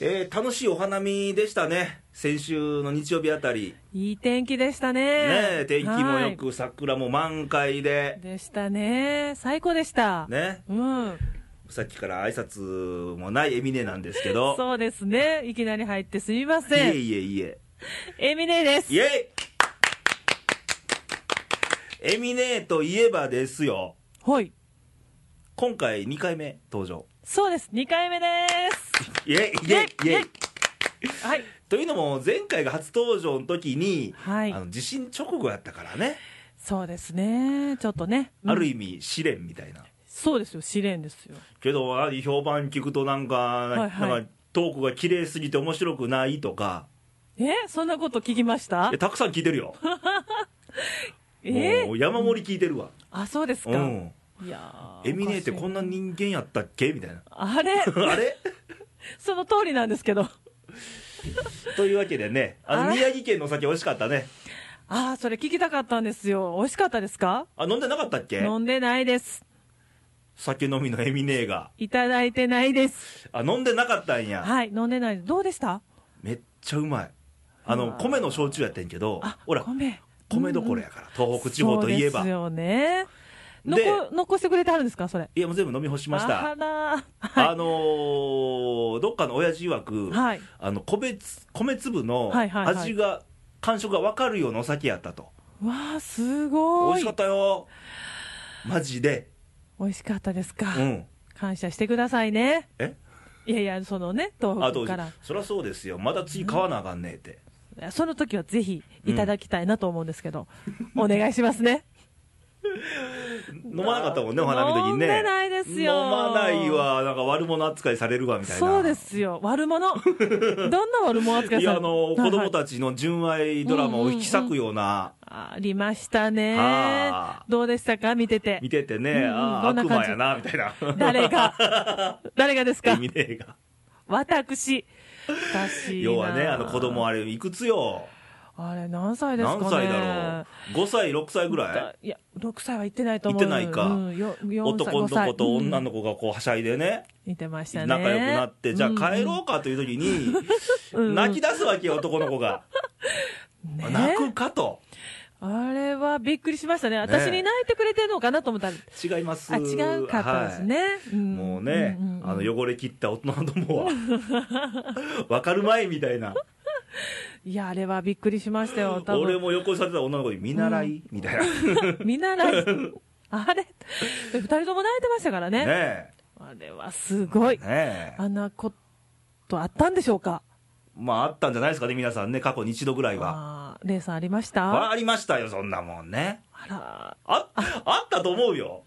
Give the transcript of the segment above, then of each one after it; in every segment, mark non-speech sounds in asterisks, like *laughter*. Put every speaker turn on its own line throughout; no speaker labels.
えー楽しいお花見でしたね先週の日曜日あたり、
いい天気でしたね。
ねえ天気も
はい
よく桜も満開で、
でしたね。最高でした。
ね、
うん。
さっきから挨拶もないエミネなんですけど
そうですね。いきなり入ってすみま
い
せ
え
ん。
いえいえ
エミネです
イ。エイエミネといえばですよ
はい。
今回2回目登場
そうです。2回目です。
イエイイエイイエイ *laughs*
はい。
というのも前回が初登場の時に、
はい
あの地震直後やったからね、
そうですね。ちょっとね。うん
ある意味試練みたいな
そうですよ。試練ですよ。
けどあ評判聞くとなんか,、
いはい
なんかトークが綺麗すぎて面白くないとか
えそんなこと聞きまし
い
た
やたくさん聞いてるよ、
*laughs* え
もう山盛り聞いてるわ、
あ、そうですか。
うん
いやー
エミネーってこんな。
おかしい
人間やったっけみたい
*laughs*
な *laughs*
あれ
あれ
その通りなんですけど。
というわけでねあ
あ
の
れ
宮城県のお酒美味しかったね
ああ、それ聞きたかったんですよ。美味しかったですか
あ飲んでなかったっけ
飲んでないです。
酒飲みのエミネーが
いただいてないです。
あ飲んでなかったんや、
はい、飲んでないです。どうでした
めっちゃうまいあ
う
の
わ
米の焼酎やってんけど
あ、
ほら
米。
米どころやから、東北地方といえば
そうですよね。
で
残、残してくれてはるんですかそれ。
いやもう全部飲み干しまし
あ
た
らー
あ、
は
のーどっかの親父曰く、
い。はい。
あの米つ米粒の
はいはいはい
味が、感触が分かるようなお酒やったと
わあ、す
美
ご
味
い。
しかったよマジで
美味しかったですか。
うん
感謝してくださいね。
え
いやいや、そのね、東
あ
北
と
から。
そりゃそうですよまた次買わなあかんねえって、
その時はぜひいただきたいなと思うんですけど、お願いしますね。
飲まなかったもんねお花見の時にね
飲んでないですよ
飲まないわなんか悪者扱いされるわ *laughs* みたいな
そうですよ、
*laughs*
悪者、どんな悪者扱い
い
さ
や
れ
あの子供
はい
たちの純愛ドラマを引き裂くような、
ありましたね
あ、ー
どうでしたか、見てて
見、ててね、
うんうん
ああ
どんな
悪
感
魔
じ
やなみたいな
*laughs* 誰が、
*laughs*
誰がです
エ
か、
ミネが
私、私、
要はねあの子供
あ
あれいくつよ
れ、何歳ですか
何
ね、
歳だろう5歳6歳ぐらい
いや、6歳は行ってないと思う、
行ってないか
うん、よ4歳
男の子と女
子、
の子がこうはしゃいでね、
うん、行ってましたね、
仲良くなってじゃあ帰ろ
う
うかという時に、
うんうん
泣き出すわけよ男の子が、
ん、ね
泣くかと
あれはびっくりしましたね、私に泣いてくれてるのかなと思ったら、
違います
あ違うかったですね、
はい
ん
もうね、
んんん
あの汚れ切った大人どもは *laughs* 分かるまいみたいない
や、あれはびっくりしましたよ、多分
俺も横にされてた女の子に見習い、みたいなね
見習い、あれ、2人とも泣いてましたからね、
え
あれはすごい、
ねえ
あんなことあったんでしょうか、
まああったんじゃないですかね皆さんね過去に一度ぐらいは
あーレイさんありまし
あ
た
ありましたよそんなもんね
あら、
ああったと思うよ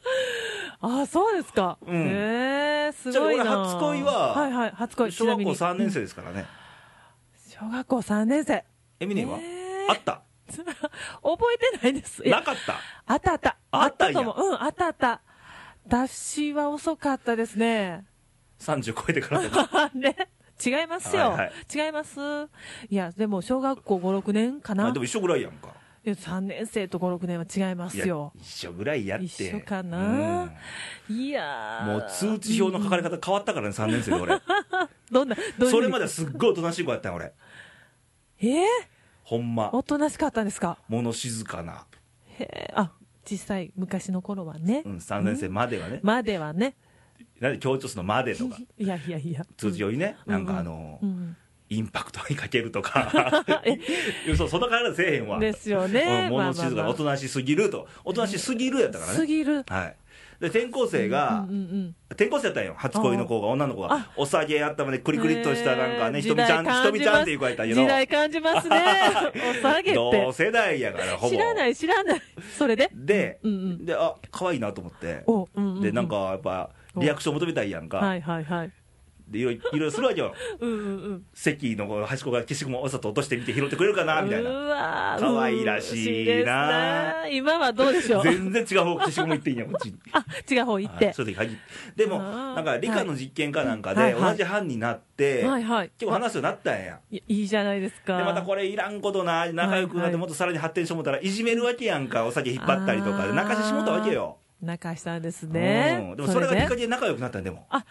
あーそうですか、
うん
へーすごいな、
じゃあ俺初恋はい
はい、初恋、
小学校3年
生、
生ですからね、
小学校3年生、
エミネは、
えー
あった
覚えてないです、いや
なかった
あったあった。
あったんや
と思う。うん、あったあった。脱脂は遅かったですね。
30超えてからでも
あれ違いますよ、
はい
違います。いや、でも小学校5、6年か *laughs* な
あでも一緒ぐらいやんか
いや ?3 年生と5、6年は違いま
い
す
や
よ。
一緒ぐらいやって
一緒かな、いや
うんも
ー
う通知表の書かれ方変わったからね3年生で俺
どん *laughs* な、どういう
それま
で。
ではすっごいおとなしい子やったんよ俺
えー、
ほんま
おとなしかったんですか
物静かな、
へえ、あ、小さい昔の頃はね。
うん、3年生まではね、
まではね。
なんで強調するのまでとか
いやいやいや。
通常にね、
うん
なんかあの、
うん。
インパクトにかけるとか
*laughs*
*laughs* そうそんな感じせえへんわ
ですよね
うん物静か
まあまあまあ
おとなしすぎるとおとなしすぎるやったから
す
ね、
ぎる。
はい、で転校生が、
うんうんうん。
転校生やったんよ初恋の子が女の子が
あ
お酒やったまでクリクリっとしたなんかね、
えー
ひとみちゃん
時代
ひとみちゃんっていう子やったんや
時代
け
感じま
*laughs*
すね。お下げ
ど同
っ
世代やからほ
て。
ぼ
知らない、知らない。それで。
で、
うんうん。
であ可愛いなと思って
お、うんうう
でなん。かやっぱリアクション求めたいやんか、
はいはいはい。
でいろいろいろいろするわけよ
うんうんうん。
席のこう端っこが消しゴムをわざと落としてみて拾ってくれるかなみたいな
うわー
可愛いらしいな
美味ですな今はどうでしょう。
全然違う方消しゴム行っていいんやこっちに
あ、違う方行っ
はい
て
そ。の時限ってでも
あー
なんか理科の実験かなんか
は
で
いはい
同じ班になって、
はいはい。
結構話すようになったんや
いやいいじゃないです
で
か。
またこれいらんことな仲良くなっ
は
て
いはい
もっとさらに発展してもったらいじめるわけやんかお酒引っ張ったりとかで
あー
泣かしてしもったわけよ、
泣かしたんですね
うん。でもそれがきっ
で
かけで仲良くなったんでも
あ、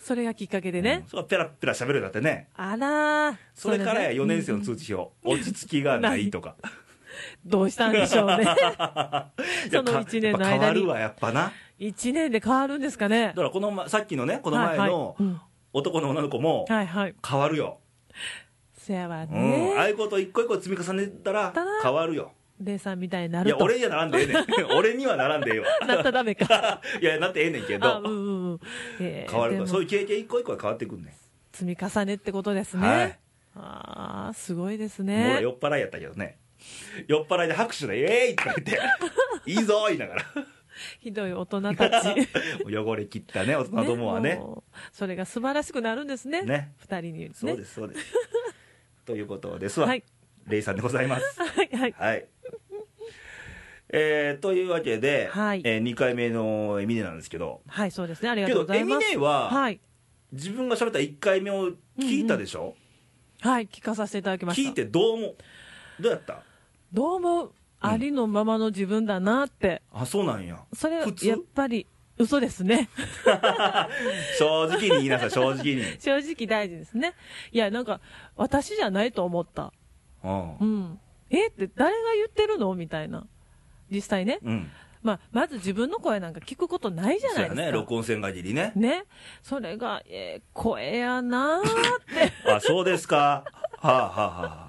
それがきっかけでね。
それはペラペラ喋るようになってね
あらー
それからや4年生の
うん
通知表、落ち着きがないとか
どうしたんでしょうね。
*laughs* いや
*laughs* その
か
一年の
やっぱ
間
変わる
に。
わやっぱな
一年で変わるんですか
だ
ね。
からこの、ま、さっきのねこの前
はい
の
はいうん
男の女の子も
はいはい。
変わるよ、
せやわ
うんああ
ね。
いうこと一個一個積み重ねたら
たら
変わるよ
レイさんみたいにないる
や
と。
俺にはならんでええねん *laughs* 俺にはならんでええわ
なったらダメか。
*laughs* いやなってええねんけ
あ、
ど
うんうんうん。えー
変わるか
で
ら
も
そういう経験一個一個は変わってくんね
積み重ねってことですね。
はい
ああ、すごいです
もう俺
ね。
酔っ払いやったけどね酔っ払いで拍手で「ええい!」とか言
*laughs*
って「いいぞ!」言いながら
ひどい大人たち。
*laughs* もう汚れ切ったね大人どもはね
もうそれが素晴らしくなるんですね。
ね
二人に。
そう
ね。
ですそうです *laughs* ということですわ、
はい。
レイさんでございます
はいはい。
はいえー、というわけで、
はい
え2回目のエミネなんですけど
はい、そうですね。ありが
け
と
ど
うござ
エ
い
ミ
ます。
ネは、
はい。
自分が喋った1回目を聞いたでしょ、
はい、聞かさせていただきました。
聞いてどうもどうやった
どうも、ありのままの自分だなって。
あそうなんや
それは
普、通
やっぱり、嘘ですね。 *laughs*
正直に言いなさい正直に
正直大事ですね。いや、なんか、私じゃないと思った。
うん
うん。えって、誰が言ってるのみたいな。実際ね。
うん
まあ、まず自分の声なんか聞くことないじゃ
そう
ない
や
ですか。
ね録音せん限りね
ね。それが、えー声やなーって
あそうですかはあはあはあ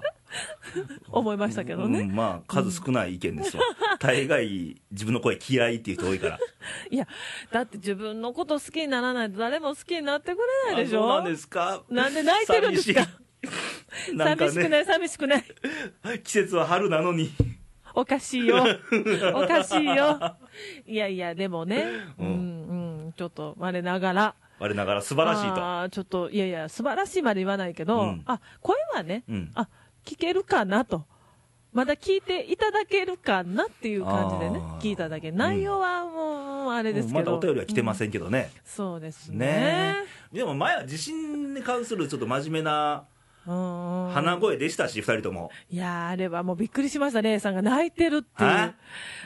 思いましたけど
う
ね。
んまあ数少ない意見ですわ、大概自分の声嫌いっていう人多いから
いや、だって自分のこと好きにならないと誰も好きになってくれないでし
あ
ょ
そうなんですか
なんで泣いてるんですか
寂しいなん
寂
か
しくな
ね
い、寂しくない。
季節は春なのに
おかし
*laughs*
いよ。おかしいよ。いやいや、でもね、う
うん
ん、うん、ちょっと、我ながら。
我ながら素晴らしいと
あーちょっと、いやいや、素晴らしいまで言わないけど、
うん
あ、声はね、
うん
あ、聞けるかなと。まだ聞いていただけるかなっていう感じでね
あー、
聞いただけ。内容はもう、あれで
う
す
ん
けど。
まだお便りは来てま
うん。
せんけどね、
そうですね
ね。えでも前は地震に関するちょっと真面目な
うんうん
鼻声でしたし、二人とも、
いやー、あれはもうびっくりしました、レイさんが泣いてるっていう。
はい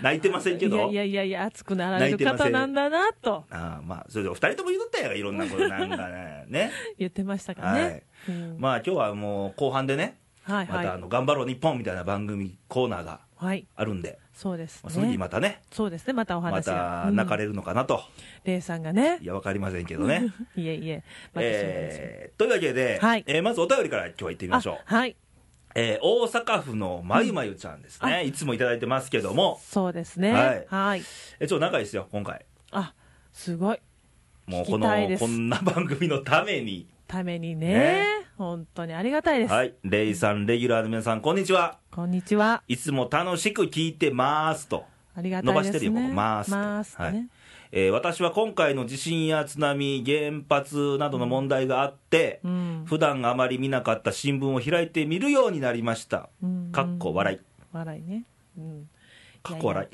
泣いてませんけど
いやいやいやいや、熱くなられる
泣いてませ
方
ん
なんだなと
ああまあそれでお二人とも言うとったやがいろんなことなんかね *laughs* ね
言ってましたからね。うん
まあ今日はもう後半でね
はい
ま
はい、
たあの「頑張ろう日本」みたいな番組コーナーが
はい、
あるんで、
そうです
まあ、
ね。
その時またね
そうですね、またお
ま
話が。
た泣か
れ
れるのかなと、
レイさんがね
い。やわかりませんけど
*laughs*
ね
いえいえ、またそうですよ
えーというわけで、
はい
えーまずお便りから今日は行ってみましょう
あ、はい、
えー大阪府のまゆまゆちゃんです
うん
ね、いつもいただいてますけども
そうですね。は
はいい。えーちょっと長いですよ今回
あ、すごい。
もうこの
聞きたいです
こんな番組のために
ためにね
ね、
本当にありがたいです。
はいレイさんレギュラーの皆さんこんにちは
こんにちは。
いつも楽しく聞いてますと、
ありがた
伸
いで
ば
す
し
ね。
てるよ、ここ、ますと
ますとね。
えー私は今回の地震や津波、原発などの問題があって、
うん。
普段あまり見なかった新聞を開いて見るようになりました、
うん
かっこ笑い、
笑いね。うん。
かっこ笑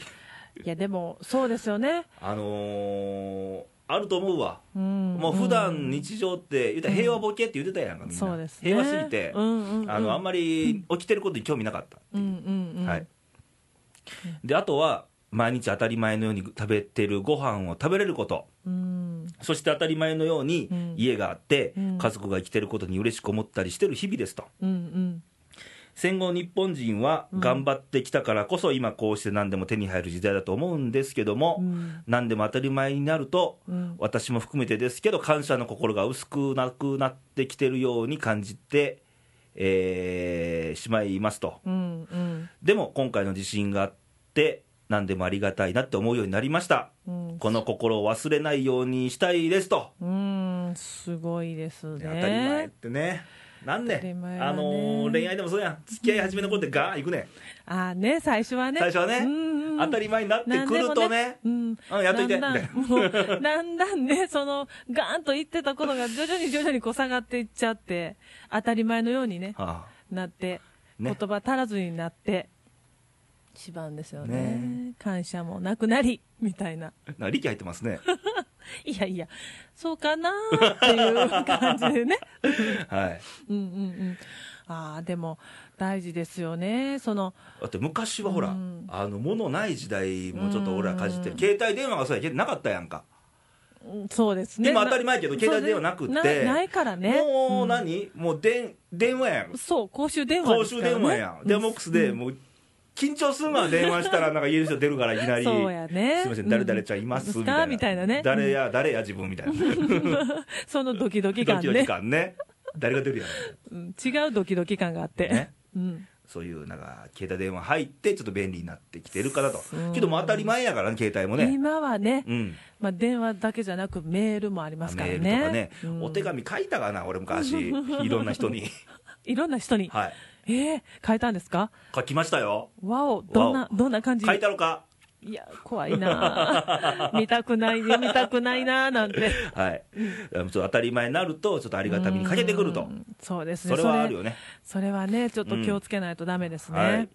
い、
いや、でも、そうですよね。
あのー、あると思うわ、
うん。
もう普段日常って、言うたら平和ボケって言ってたやんか、
うん
みんな、
そうですね。
平和すぎて、
うんうんうん、
あの、あんまり起きてることに興味なかった、
うんうんうん。
はい、であとは、毎日当たり前のように食べてるご飯を食べれること。
うん。
そして当たり前のように
うん
家があって、
うん
家族が生きてることに嬉しく思ったりしてる日々ですと
うんうん。
戦後日本人は
うん
頑張ってきたからこそ今こうして何でも手に入る時代だと思うんですけども、
うん
何でも当たり前になると
うん
私も含めてですけど感謝の心が薄くなくなってきてるように感じて、えーしまいますと
うんうん
でも今回の地震があって何でもありがたいなって思うようになりました
うん
この心を忘れないようにしたいですと
うんすごいです
当たり前っ
ね
てねなん
当たり
ね
前はね
あのー恋愛でもそうやん付き合い始めの頃ってガーン行くね
あーね最初はね
最初はね
うんうん
当たり前になってくるとね
うん
うんやっといて
だんだ
み
んもうだんだんねそのガーンと言ってたことが徐々に徐々にこう下がっていっちゃって当たり前のようにね
は
なって、
ね
言葉足らずになってしまうんですよね
ね
感謝もなくなりみたいな
あなんか力入ってます
*laughs*
ね
いやいやそうかなーっていう感じでね
はい
うんうんうん、ああでも大事ですよねその
だって昔はほら、
うん
あの物ない時代もちょっと俺らかじって
う
る
ん
携帯電話がそうやけどなかったやんか
うんそうですね。
今当たり前やけど、
な
携帯ではなくて、
そうですなないからね。
もう
うん
何、もう電電話やん、
そう、公衆電話
公
です
衆
からね
電話やん、電話ボックスで、もう緊張するのは電話したら、なんか家の人出るから、いきなり、
そうやね
すみません、誰々ちゃんいます、
うん
みたいな
みたいなね
誰や、誰や、自分みたいな、 *laughs*
そのドキドキ
ド
感
キドキ
ね。
感ね、誰が出るやん、
うん違うドキドキ感があって。
ね
うん。
そういうなんか、携帯電話入って、ちょっと便利になってきてるかなと
そう、
けどもう当たり前やからね、携帯もね。
今はね、
うん
まあ、電話だけじゃなくメールもありますか
メ
ら
ー
ね。
ルとかね、
うん
お手紙書いたかな、俺昔、いろんな人
*laughs*
に、
いろんな人に。
はい、
えー、変えたんですか
書きましたよ、
わお、どんな、どんな感じ
書いたのか、
いや、怖いなぁ *laughs* 見たくないね、見たくないなぁなんて。
はい、ちょっと当たり前になると、ちょっとありがたみに欠けてくる
う
と、
ん。そうです
そ
ね。
れはあるよね。
それ。それはね、ちょっと気をつけないとダメです
は
ね
い。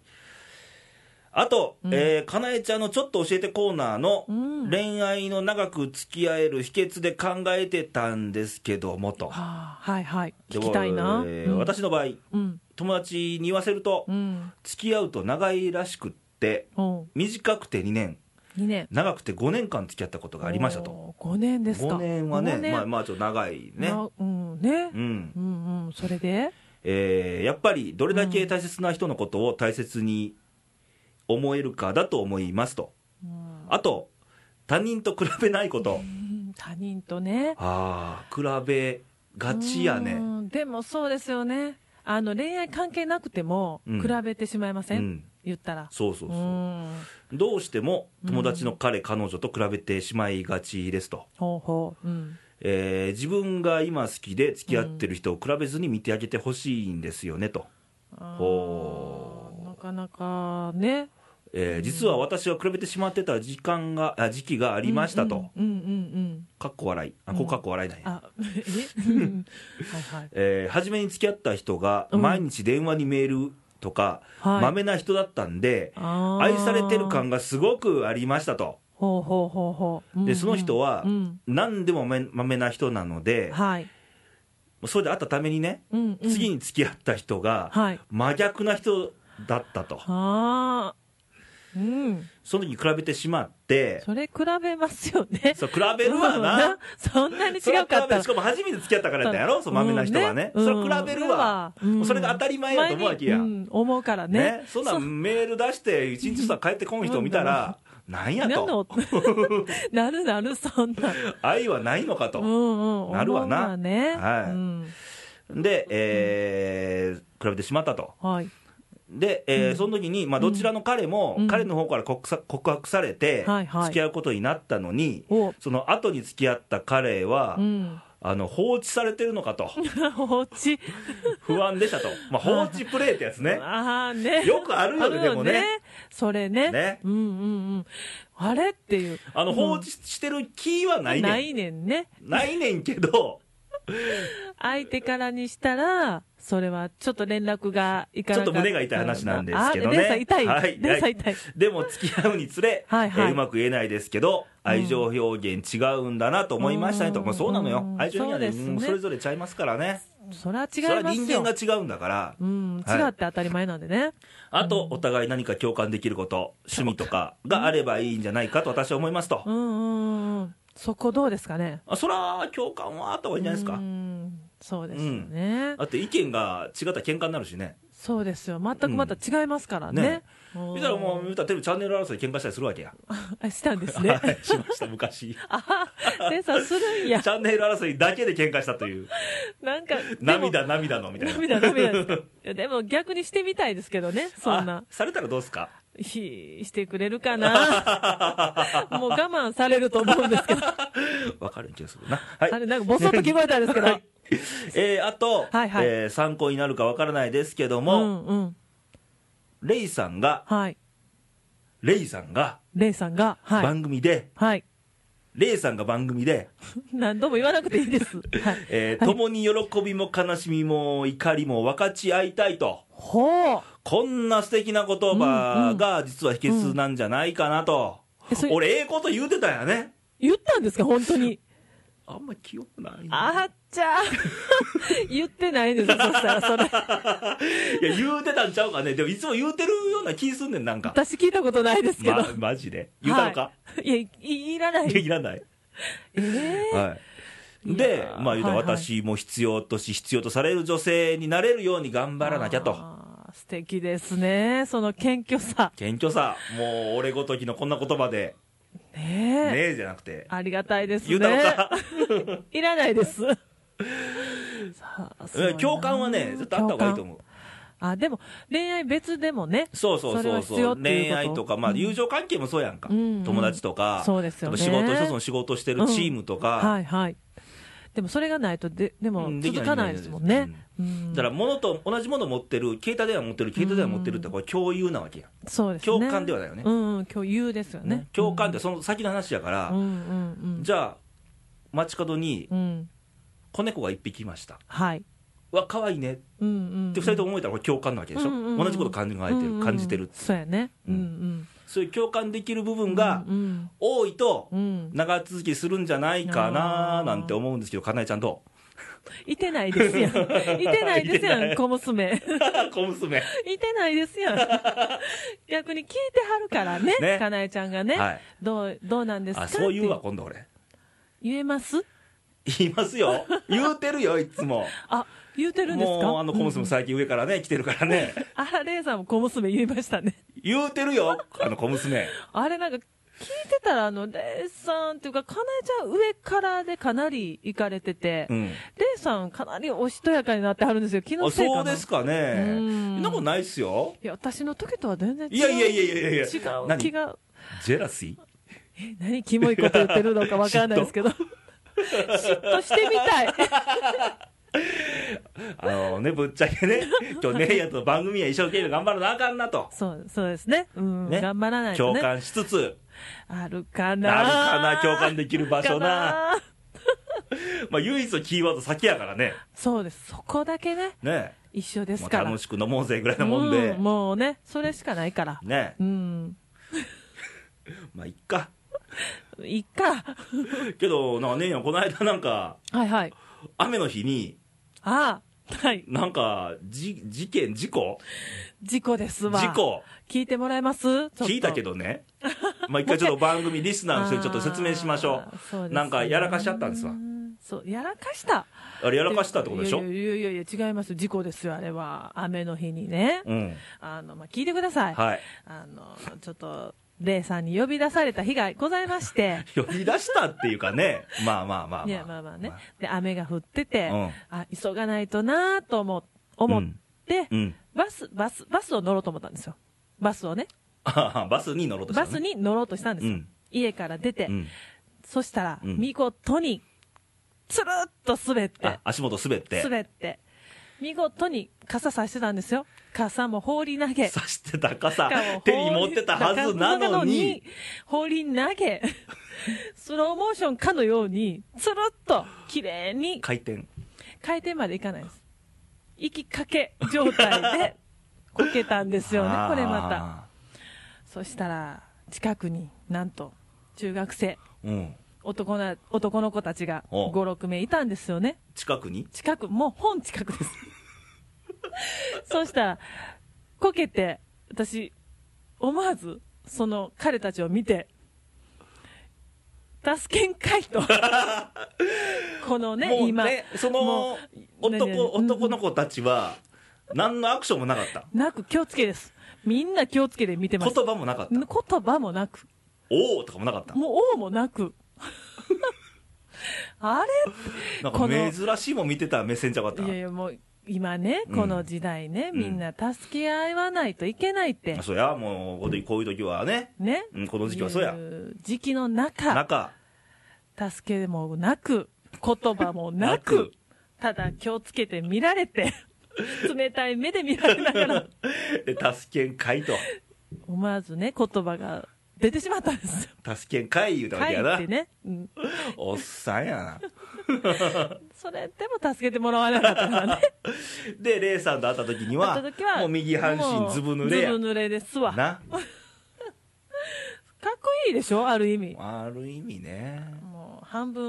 あと、えーかなえちゃんのちょっと教えてコーナーの、
うん
恋愛の長く付き合える秘訣で考えてたんですけどもと、
はあはいはい。
で
聞きたいな。
え
う
ー
ん、
私の場合、
うん。
友達に言わせると
う、ん。
付き合うと長いらしくって、
おう
短くて2年、
2年。
長くて5年間付き合ったことがありましたと、
おう。5年です
5
か。
年は
五
ね、
年
まあ、まあちょっと長いね。
なうん、ね
う。ん
うんうん。それで
えーやっぱりどれだけ大切な人のことを大切に思えるかだと思いますと、
うん
あと、他人と比べないこと、
うん他人とね。
あー、比べがちや
う
ね、
んでもそうですよね。あの、恋愛関係なくても、
うん
比べてしまいま
う
せん、
ん、
言ったら。
そうそう
う
そ
ん。
う、どうしても友達の彼、彼女と比べてしまいがちですと、
ほうほう。うん。
えー自分が今好きで付き合ってる人を比べずに見てあげてほしいんですよねと、
あー
ほう
なかなかね。
えー実は私は比べてしまってた時間があ時期がありましたと、
うんうんうん。
かっこ笑い、あこうかっこ笑いなんや。
あ、 *laughs* えうんはいはい。
えー初めに付き合った人が
うん
毎日電話にメールとか、
はい
まめな人だったんで、
あー
愛されてる感がすごくありましたと、
ほうほうほうほう。うんう
で
ん
その人は
うん
何でもまめまめな人なので、
はい。
それであったためにね、
うんうん
次に付き合った人が
はい。
真逆な人だったと、
ああ。うん。
その時に比べてしまって、
それ比べますよ
*laughs*
ね。
そう比べるわ
うん
な。。
*laughs* そんなに
それ
違
は
う
比
かっ
べ
た
る
ら
し。かも初めて付き合ったからやったんやろ、そうまめな人はね、
うん
それは比べるわ、
うん
もうそれが当たり前やと思うわけや、
前にうん思うからね。
ね、そんなんメール出して、一日さ、帰ってこん人を見たら、なんや
な
と、
んの
*laughs*
なるなる、そんな。
愛はないのか
う
と、
んうん。
なるわな
思うね。
はい
うん
で、えー比べてしまったと、
はい。
で、えー
うん
その時に、まあ、どちらの彼も、
うん
彼の方から告さ告白されて、
はいはい
付き合うことになったのに、
お
その後に付き合った彼は、
うん。 *laughs*
あの放置されてるのかと、
放置。
不安でしたと、まあ、放置プレイってやつね、
ああね。
よくあるよね、でもね。。
それね。
ね
うんうんうん。あれっていう。
あの放
うん
置してる気はないねん、
ないねんね。
ないねんけど、
相手からにしたら、それはちょっと連絡がいかなか
ちょっと胸が痛い話なんですけどね
あ、連鎖痛い。
はい
連鎖痛い。
でも付き合うにつれ、
はいはい
えーうまく言えないですけど、愛情表現違うんだなと思いましたねと、
うん
まあ、そうなの
う
よ、
ん
愛情表現は
そうです
ね
ね
うんそれぞれちゃいますからね、
それは違
それ
い
は
ますよ。
人間が違うんだから、
うん、違
はい
って当たり前なんでね。
あと、お互い何か共感できること、趣味とかがあればいいんじゃないかと私は思いますと、
うんうんうん。そこどうですかね。
あそら、共感はあった方がいいんじゃないです
う
か。
ん、そうですよね。
だって意見が違ったら喧嘩になるしね、
そうですよ。全くまた違いますから
うん
ね
ね。
うん
見たらもう、見たらテレビチャンネル争いで喧嘩したりするわけや、
あしたんです
*laughs*
ね
は。い、しました、昔、チ
*laughs* あは、センサーするんや。
ャンネル争いだけで喧嘩したという、
なんか、でも
涙、涙のみたいな。
涙、涙ですか。いやでも逆にしてみたいですけどね、そんな
*laughs* あ。されたらどうすか
ひ、してくれるかな。 *laughs* もう我慢されると思うんですけど。
わかる気がするな。はい。
あれ、なんかボソッと聞こえたんですけど。
はい *laughs* えーあと、
はいはい
えー参考になるかわからないですけど
う
も、
んうん。
レイさんが、
はい。
レイさんが
レイさんが、はい。
番組で、
はい。
レイさんが番組で、
何度も言わなくていいです。はい。
えー共に喜びも悲しみも怒りも分かち合いたいと、
ほう。
こんな素敵な言葉が実は秘訣なんじゃないかなと。
えそれ
俺、ええこと言うてたんやね。
言ったんですか、本当に。
あんま記憶ない。
あっちゃ
*laughs*
ー言ってないです、そしたら、それ。
いや、言うてたんちゃうかね。でも、いつも言うてるような気すんねん、なんか。
私聞いたことないですけど。
ま、マジで。言うたのか、
はい、いやい、いらない
いやいらない。
ええ
はい、
い
で
や、ー
まあ、言うたら
はいはい
私も必要とし、必要とされる女性になれるように頑張らなきゃと、
あー素敵ですね。その謙虚さ。
謙虚さ、もう俺ごときのこんな言葉で、
ね
ね
え。
えじゃなくて、
ありがたいです
言
ね。
うたの
*laughs*
か、
いらな
*laughs*
いです。さあそうやな
共感はね、ずっとあった方がいいと思う。
あ、でも、恋愛別でもね。
そうそうそう
そ
そ
れは必要
う
っていうこと
恋愛とか、まあ、
うん
友情関係もそうやんか、
うんうん
友達とか、
そうですよね
仕事一つの仕事してるチームとか、
はいはい。でも、それがないと、で、で
う
も
ん、できない
続かないですもんね。うん
だから物と同じもの持ってる携帯電話持ってる携帯電話持ってるってこれ共有なわけやん、
そうですね。
共感ではないよね
うんうん、共有ですよね。
共感っ
で
てその先の話やから、
うんうんうん。
じゃあ街角に
うん。
子猫が一匹いました
はい。
わ可愛いねって
うんうん。
二人とも思えたらこれ共感なわけでしょ、
うんうんうん
同じこと考えてる、感じてるって
そうやね。
う
うんんうん。
そういう共感できる部分が
うん
多いと
うん。うん
長続きするんじゃないかななんて思うんですけどかなえちゃんど
いてないで
*laughs*
すやん。いてないです
いてな
や
い
ん、小娘。 *laughs*
う小娘
いてないです
*laughs*
やん。逆に聞いてはるからね、
ね
かなえちゃんがね、
はい
どう、どうなんですか
あそう言うわ
って
今度俺
言えます
言いますよ
*laughs*
言うてるよいつも
あ、言うてるんですか
もうあの小娘
うん
最近上からね来てるからね
あら、レイさんも小娘言いましたね。
言うてるよあの小娘
あれなんか、聞いてたら、あの、レイさんっていうか、かなえちゃん上からでかなり行かれてて、
う
レ
ん
イさんかなりおしとやかになってはるんですよ。気の
あ
せいか
そ
な
うですかね
うん
そんなことないっすよ
いや、私の時とは全然違う。
いやいやいやいやいや
違う
何
気が。
ジェラシ
え何キモいこと言ってるのかわからないです
*laughs*
けど。嫉妬してみたい。 *laughs*
ーあのねぶっちゃけね
*laughs*
今日ねえやと番組は一生懸命頑張らなあかんなと
そう、そうですね。うん、
ね
頑張らないと
共
ね。
感しつつ
あるかな
なるかな共感できる場所な
かな
まあ唯一のキーワード先やからね
そうです。そこだけね、
ね
一緒で
も
す
う
から。
楽しく飲もうぜぐらいなもんで
うもうね、それしかないから。
ね
うん。
まあいっか
いっか。
けどなんかねえやんこの間なんか
はいはい。
雨の日に
ああ、はい。
なんかじ事件事故
事故ですわ。
事故
聞いてもらえます
聞いたけ
ど。
どね、まあ一回ちょっと番組、リスナーの人にちょっと説明しましょ
あー
う、
そうですね
なんかやらかしちゃったんですわ、
そう、やらかした。
あれやらかしたってことでしょ、
いやいやいやいや、違います。事故ですよ、あれは。雨の日にね。
うん、
あの、まあ、聞いてください。
はい、
あの、ちょっと、レイさんに呼び出された日がございまして。
呼び出したっていうかね、まあま *laughs* あまあまあ、
いや、まあまあね。で、雨が降ってて、
うん
あ、急がないとなぁと思思って、
うん、
バス、バス、バスを乗ろうと思ったんですよ。バスをね。
ああバスに乗ろうとした、
バ
ね、
スに乗ろうとしたんですよ。
うん
家から出て。
うん、
そしたら、
うん
見事に、つるっと滑って
あ、足元滑って、
滑って、見事に傘さしてたんですよ。傘も放り投げ。
刺してた傘
かも、
手に持ってたはずなのに、、
放り投げ、スローモーションかのように、つるっと、綺麗に、
回転、
回転までいかないです。息かけ状態で、こけたんですよね、これまた。そしたら、近くになんと、中学生、
た、うん、
男の、男の子たちが、
お
5、6名いたんですよね。
近くに、
近く、もう本近
*laughs*
くです。そうしたら、こけて、私、思わず、その彼たちを見て、助けんか
*laughs*
いと。このね、
もう
今。
ね、そ
も
の
うねねね
男男の子たちは、何のアクションもなかった。
なく気をつけです。みんな気をつけで見てます。
言葉もなかった。
言葉もなく、
おおとかもなかった。
もう王もな
*laughs*
く。あれ
なん
こ
か
の
珍しいもん見てた目線じゃなかっ
いやいや、もう、今ね、この時代ね、みんな助け合わないといけないって。
た。そうや、もうこういうこういう時はね、
ね、
うんこの時期はそうや
いう時期の中、
中、
助けもなく、言葉もなく、
なく
ただ気をつけて見られ
*laughs*
て、冷たい目で見られながら、
で、助けん会と、
思わずね、言葉が出てしまったんですよ。
助けん会言うたわ
帰
けや
っ
な
て。ね、うん。
おっさんやな。
それでも助けてもらわなかったから
*laughs*
ね。
で、レイさんと会った時に
あ
は
った時は、
もう右半
も
身
う
ずぶ濡れや
ず。ぶ濡れですわ。かっ
な。
こいいでしょある意味。
ある意味ね。
もう半分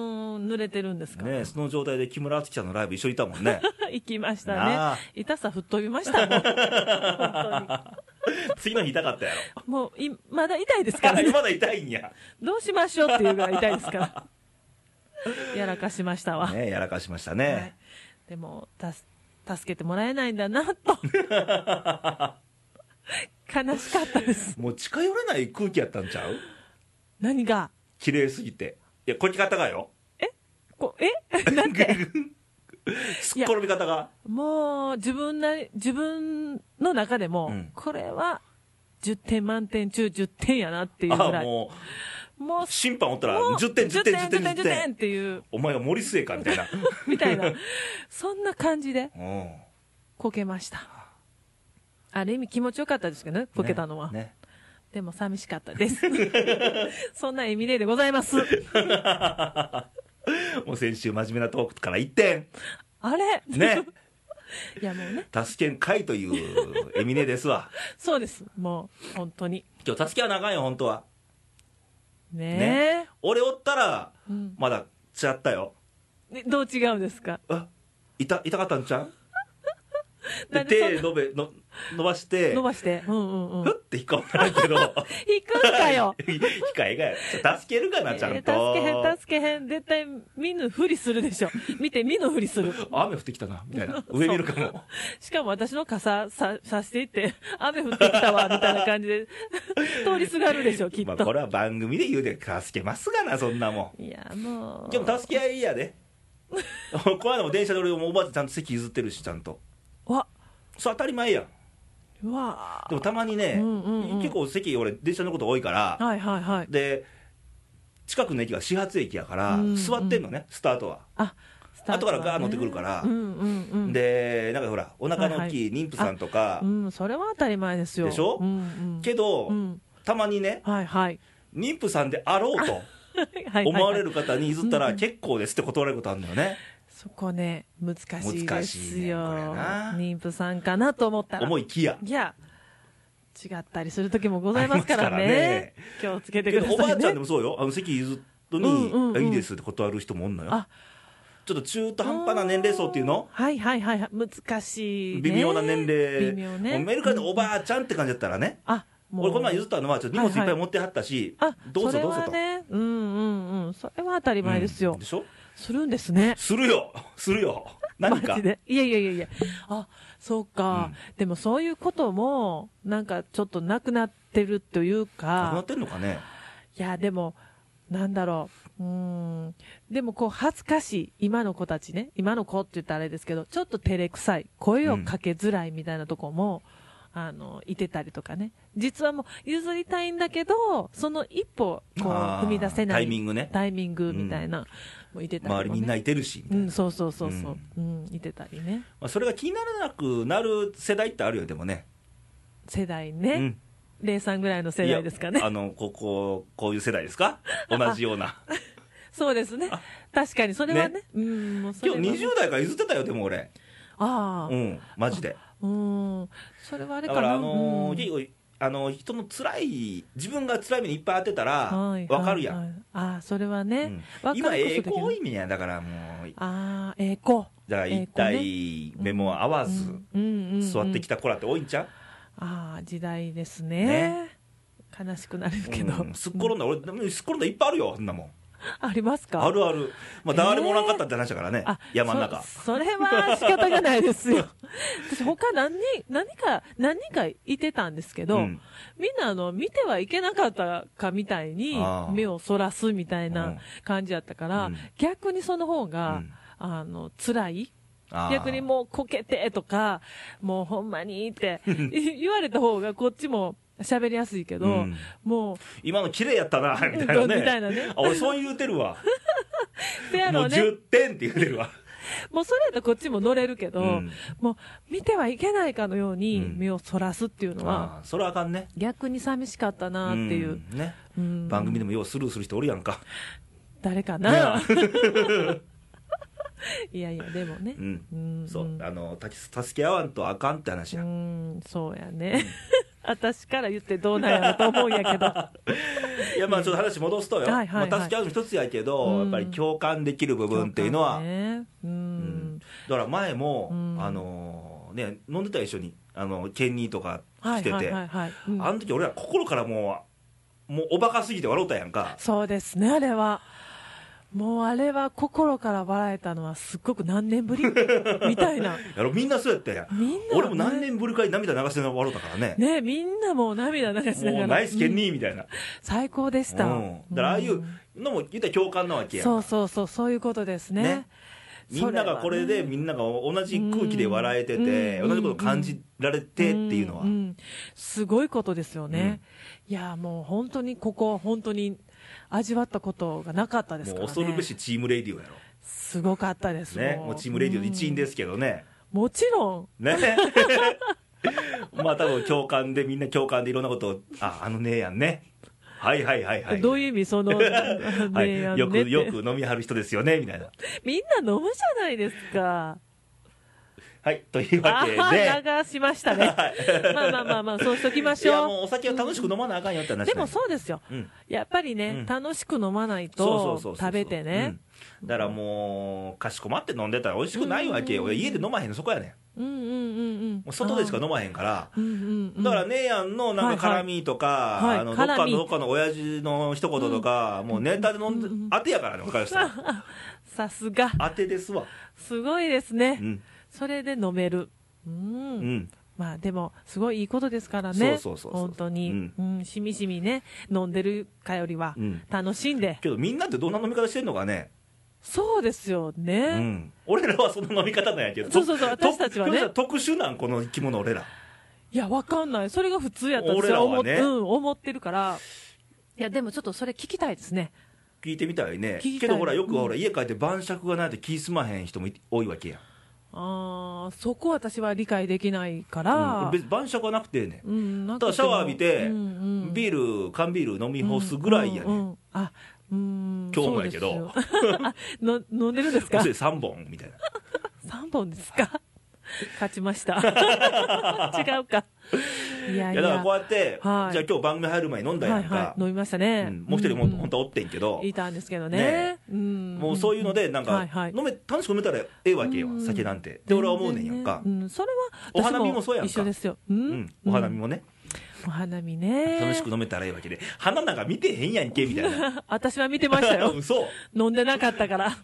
濡れてるんですから。
ねその状態で木村敦貴さんのライブ一緒にいたもん
*laughs*
ね。
行きまし
な
た
あ
ね。痛さ吹っ飛びました
*laughs*
もん。本当に。
次の日痛かったや
*laughs*
ろ。
もうい、まだ痛いですからね。
まだ痛いんや。
*laughs*
*laughs*
どうしましょうっていうぐらい痛いですから。やらかしましたわ。
ね、やらかしました
は
ね
い、でもたす助けてもらえないんだな
*laughs*
と悲しかったです
もう近寄れない空気やったんちゃう
何が
綺麗すぎていやこき方がよ
こえなんて
すっ転び方が
もう自分なり自分の中でも、
うん
これは10点満点中10点やなっていうぐ
ああ
らい
も
もう
う審判おったら
もう
10点10点10点
10
10
点
点
っていう
お前が森末かみ
*laughs*
たいな
みたいなそんな感じで
うん
こけましたある意味気持ちよかったですけどねこけたのは、
ね
でも寂しかったです。 *laughs* そんなエミレイでござい
*laughs*
ます。
ね *laughs* もう先週真面目なトークから1点
あれ
*laughs*
*laughs*
ね
いやもうね、
助けんかいというエミネですわ *laughs*
そうです。もう、本当に。
今日助けはなあかんよ本当は
ね
俺おったら
え。うん
まだちゃったよ
でどう違うんですか
あ痛痛かったんちゃうで
なんでそん
手伸べの伸ばして
伸ばして。うんうんうん
ふっ。て引っ込んだんや
*laughs*
けど
引くんかよ
控えがやちょ助ける *laughs* かなちゃん
えー
と
助けへん、助けへん。絶対見ぬふりするでしょ。見て見ぬふりする。
雨降ってきたなみたいな上見るかも
しかも私の傘さ、さしていって、雨降ってきたわ、みたいな感
*laughs*
じで、通りすがるでし *laughs* ょ、きっ。
まあことれは番組で言うで助けますがなそんなも
いや、も
ん
う。
でも助け合いや
*laughs*
でこの間も電車で俺もおばあちゃんちゃんと席譲ってるしちゃんと
わ、
そう当たり前やん
うわ
でもたまにね、
うんうんうん
結構席俺電車のこと多いから
はいはいはい。
で近くの駅が始発駅やから、
うんうん
座ってんのねスタートは、
あ、スタート
後からガーッ乗ってくるから
うんうんうん。、
でなんかほらお腹の大きい妊婦さんとか、
うん、それは当たり前ですよ。
でしょ
うんうん。
けど、
うん。
たまにね
はいはい。
妊婦さんであろうと
はい
*laughs* 思われ
る。
る方に譲った
うん
ら
うん
結構ですって断られることあるんだよね、
そこね、難しいで
難し
す
いねこれ
よ。
な
妊婦さんかなと思ったら。
思いきや
いや、違ったりする時もございますから
あり
ね。気をつけてく
けど
ださい、ね。
おばあちゃんでもそうよあの席譲っとに、
うんうんうん
いいですって断る人もおんのよ
あ
ちょっと中途半端な年齢層っていうの
はいはいはいはい。難しい、ね。
微妙な年齢、
微妙ね。
もうメルカリのお
うん
ばあちゃんって感じだったらね、
あ、もう。
俺この前譲ったのはちょっと荷物いっぱい持ってはったし、
あ、
どうぞどうぞ
それは
と、
ね、うんうんうん。それは当たり前ですよ。
うんでしょ
するんですね。
するよ *laughs* するよ何
マ
か
ジで。いやいやいやいや。あ、そうか。でもそういうことも、なんかちょっとなくなってるとい
な
う
くな
か
っ、てんのかね
いや、でも、なんだろう。うーん。でもこう、恥ずかしい。今の子たちね。今の子って言ったらあれですけど、ちょっと照れくさい。声をかけづらいみたいなとこも、あの、いてたりとかね。実はもう、譲りたいんだけど、その一歩、こう、
あー
踏み出せな
タ
い。
イミングね
タイミングみたいな、もういてたりとか、ね。
周りみんないてるしみた
う
いな、
ん、そうそうそうそう。うん、いてたりね。
まあ、それが気にならなくなる世代ってあるよでもね
世代ね、
ん
レイさんぐらいの世代ですかね
いや、あのここうこういう世代ですか同じような
そうですね、確かにそれはね、うん、もうそれ
*laughs* 今
は
日
ね、
20代から譲ってたよでも俺
ああ
う、んマジで
うん、それはあれ
だ
か
か
な、
らあのー
うん
結構あの人の辛い自分が辛い目にいっぱい当てたら
は
分
い
かるやん、
はいはいああ、それはね、
う
わ
ん、今
かるこそ
ええ
でき
行為
る
意味やだからもう
ああ、ええ子、
だから
ええ
一体目も合わず座ってき
た、
た子らって多いんちゃう、
ああ、時代ですね。
ね
悲しくなるけど、
うんすっ転んだ俺すっ転んだいっぱいあるよそんなもん
ありますか
あるある、まあ、
えー
誰もおらんかったって話だからね、
あ
山の中
そそれは仕方がないです
*laughs*
よ私他何人何か何人かいてたんですけど、
うん
みんなあの見てはいけなかったかみたいに
あー
目をそらすみたい
うん
な感じだったから、
うん
逆にその方が、
うん
あの辛い
あー
逆にもうこけてとかもうほんまにって
*laughs*
言われた方がこっちも喋りやすいけど、
うん
もう
今の綺麗やった
*laughs*
なみたいなね
みたいなね
あ俺そう言うてるわ
せや
もう
ろうね
10点って言うてるわ
もうそれやとこっちも乗れるけど、
うん
もう見てはいけないかのように
うん
目をそらすっていうのは、
あーそれはあかんね
逆に寂しかったなっていう、
んね
うん
番組でもようスルーする人おるやんか、
誰か
ね
な、いやいや、でもね、
*laughs* うん
うん
そう
うん
あのたき助け合わんとあかんって話
う
や、
んそうやね、私から言ってどうなんやろと思うんやけど、
*laughs* いやまあちょっと話戻すとよ、
はいはいはい
まあ、助け合うの一つやけど、
うん
やっぱり共感できる部分っていうのは、
ねう
うん
ん、
だから前も、
うん
あのね飲んでた一緒にあのケンニーとか
は
来て
い
て、
はいはいはい、うん
あの時俺ら心からもうもうおバカすぎて笑うたやんか
そうですね、あれは、もうあれは心から笑えたのはすっごく何年
*laughs*
ぶりみたいな。
やろみんなそうやったやん
みんな、ね、
俺も何年ぶりかに涙流して笑うたからね
ね、みんなもう涙流しなが
も
ら。
うナイスケン
うん
ニーみたいな、
最高でし
うん、
た。
だからああいうのも言ったら共感なわけ
うん
やん
そうそうそう、そういうことですね。
ねみんながこれでみんなが同じ空気で笑えてて、
うん
同じことを感じられてっていうのは、
んんすごいことですよね、いやもう本当にここ本当に味わったことがなかったです
も
か
う
ら、ね、
恐るべしチームレディオやろ
すごかったです、
ね、もうチームレディオの一員ですすけどね、
うんもちろん
ね、 *laughs* まあ多分共感で、みんな共感でいろんなことを、あ、あのねやんね、はいはいはいはい、
どういう意味
*laughs*
その、
は
ねえやん
い、よ
ねっ
く
て
よく飲みはる人ですよね、みたいな。
みんな飲むじゃないですか
はい、というわ
あ
けで、
ー流しましたねまあまあまあまあそうしときま
い
し
や
ょ
もうお酒を楽しく飲まなあかんよって
う
話
でも
そ
そうですよ
う、ん、
やっぱりね、
うん
楽しく飲まない
そうそう
と
そうそう
食べてね、
うんだからもうかしこまって飲んでたら美味しくないわけよ、
うん
俺家で飲まへんのそこやねん
うんうんうんうん
もう外でしか飲まへんから
うんうんうん
だから姉やんのなんか
はいはい
絡みとか、
はい
あのど
絡
っ
み
かのどっかの親父の一言とか、もうネタで飲んで、
うんうん
当てやからね分かりました
さすが。
当てですわ
すごいです
う
ね。
ん
それで飲める。
う
う。
んん
まあでも、すごいいいことですからね。
そうそうそうそう
本当に。
う
うん。しみしみね、飲んでるかよりは
う、ん
楽しんで。
けどみんなってどんな飲み方してんのかね、
そうですよ
う
ね。
ん、俺らはその飲み方なんやけど
そうそうそう私たちはね
ひょっとしたら特殊なんこの生き物俺ら
いや、わかんない。それが普通やったんです
俺ら
よ。
は
思っ
ね
うん、思ってるから。いや、でもちょっとそれ聞きたいですね。
聞いてみたいね
聞きたい
けどほらよくほら、
う
家帰って晩酌がないと気済まへん人もい多いわけやん
あーそこ私は理解できないか
うん
ら。
別に晩酌はなくてね、
うん、なん
ただシャワー浴びて、ビ
ー
ール、缶ビール飲み干すぐらいやね、
うんうんうんあ、うん。
今日もやけど
そうですよ。あ *laughs* の飲んでるんで
*laughs*
すか
それ3本みたいな、
三本ですか勝ちました。
*laughs*
違うか。いや
い
い
やだから
や。
こうやって、
はい
じゃあ今日番組入る前に飲んだや
は
ん
い
か、
はい。飲みましたね。
うんもう一人も、
んん
本当はおってんけど、
いたんですけど
ね
ね。うん
もうそういうので、なんか、
はいはい
飲め楽しく飲めたらええわけよ、
うん
酒なんて。で、俺は思うねんやんか、
全然ねうんそれは
お花見もそうやんか
私一緒ですよ。う
うん
ん。
お花見
も。
もね、
お花見ね。
楽しく飲めたらええわけで、花なんか見てへんやんけみたいな、
*laughs* 私は見てましたよ。
*laughs* 嘘も
飲んでなかったから。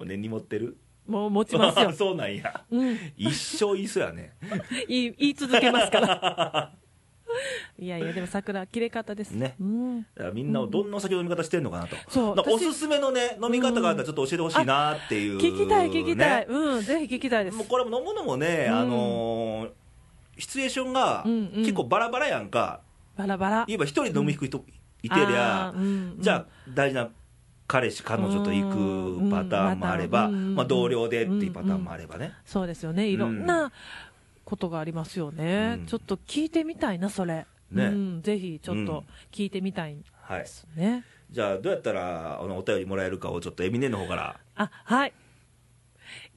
う根に持ってる、
もう持ちます
*laughs*
よ。
そうなんや、
うん。
一生言いそうやね、
言い言い続けますから。いやいや、でも桜、綺麗かったです。
ね
うん。
だからみんなどんなお酒の飲み方してんのかなと、
そう
なんかお
私
すすめのね、飲み方があったら、ちょっと教えてほしいなっていう、
聞きたい、聞きたい。
ね
うん、ぜひ聞きたいです
もう。これも飲むのもね、
うん
あのーシチュエーションが
うんうん
結構バラバラやんか、
バラバラ。
言えば一人で飲み行く人いてりゃ
あー、うん
じゃあ、大事な彼氏、彼女と行くパターンもあれば、
うんうん
まあ、同僚でっていうパターンもあればね、
そうですよね。いろんなことがありますよね。
うん
ちょっと聞いてみたいな、それ。
ね
うん、ぜひ、ちょっ
うん
と聞いてみたいんで
はい、
すね。
じゃあ、どうやったらあのお便りもらえるかをちょっとエミネの方から、
あ、はい。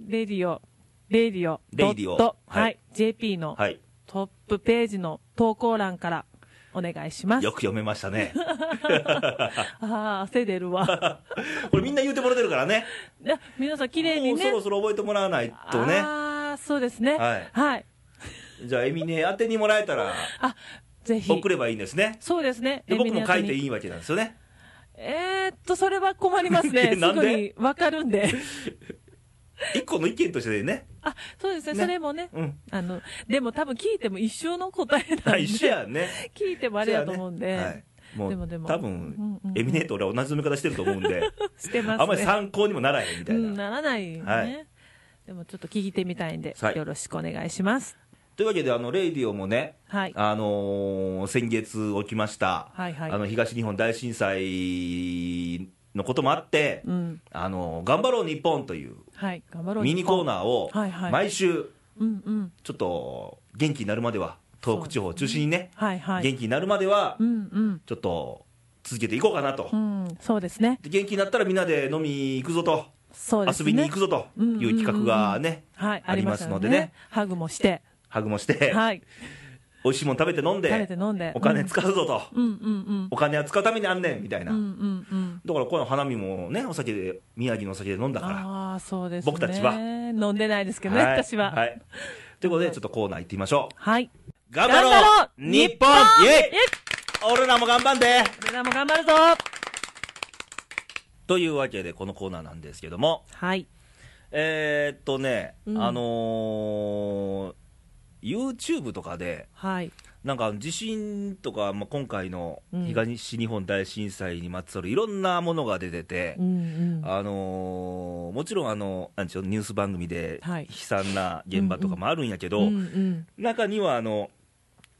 レディオ、レディオ、
レディオ
ドット
はい
はい。JP の
はい、
トップページの投稿欄からお願いします
よ。く読めましたね、
ああ、汗出
*laughs*
るわ。
これ、みんな言うてもらってるからね、
いや皆さん *laughs* 綺麗に
もうそ
ね。
ろそろ覚えてもらわないとね。
ああ、そうですね。
はい
はい。
じゃあ、エミネ宛てにもらえたら、
あ、ぜひ。
送ればいいんですね。
そうですね。
で、僕も書いて
い
いいわけなんですよね。
えーっと、それは困ります
*laughs*
ね。
な
す
んで
ぐにわかる
*laughs*
んで。
一個の意見としてね。
あ、そうですね。
ね
それもね。
うん。
あの、でも多分聞いても一生の答えなん
あ
で。
一緒やんね。
聞いてもあれだと思うん
一緒やねは
で
い。もう、
でもでも
多
うん
分
うん、うん
エミネート俺は同じ飲み方してると思うんで、
して *laughs* ますね。
あんまり参考にもならへんみたい
うん、
な。
ならないよ
はい
ね。でもちょっと聞いてみたいんで
は、い
よろしくお願いします。
というわけで、あの、レイディオもね、
はい。
あのー先月起きました、
はいはい
あの東日本大震災のこともあって、
うん。
あのー頑張ろう日本という
はい。頑張ろう。
ミニコーナーを
はいはい
毎週
うんうん。
ちょっと元気になるまでは東北地方を中心にね、
はいはい。
元気になるまでは
うんうん。
ちょっと続けていこうかなと、
うん、そうですね。
で元気になったらみんなで飲み行くぞと、
そうです
遊
ね。
びに行くぞという企画がね、
はい、
あ
あ
り
り
ま
ますす
の
の
で
で
ね
ね。ハグもして、
ハグもして、
はい、
美味しいもの食べて飲ん
食べて
で、
飲んで。
お金使うぞと、
うんうんうん
お金は使うためにあんねんみたい
うん。う
な、
んうんうん。
だからこの花見もね、お酒で、宮城のお酒で飲んだか
ああ、そうですね。
僕たちは
飲んでないですけ
ら。
どね、私は。はい。
いということで、ちょっとコーナー行ってみましょう。頑
頑
張ろう日本イ
イ
ェ
ェ
イ俺らも頑張んで
俺らも頑張るぞ
というわけで、このコーナーなんですけども、
はい。
えー、っとね、
うん
あのー、YouTube とかで、
はい。
なんか地震とか、まあ、今回の
うん
東日本大震災にまつわるいろんなものが出てて、
うんうん。
あのーもちろんあのなんちゅうのニュース番組で
はい
悲惨な現場とかもあるんやけど、
うんうん。
中にはあの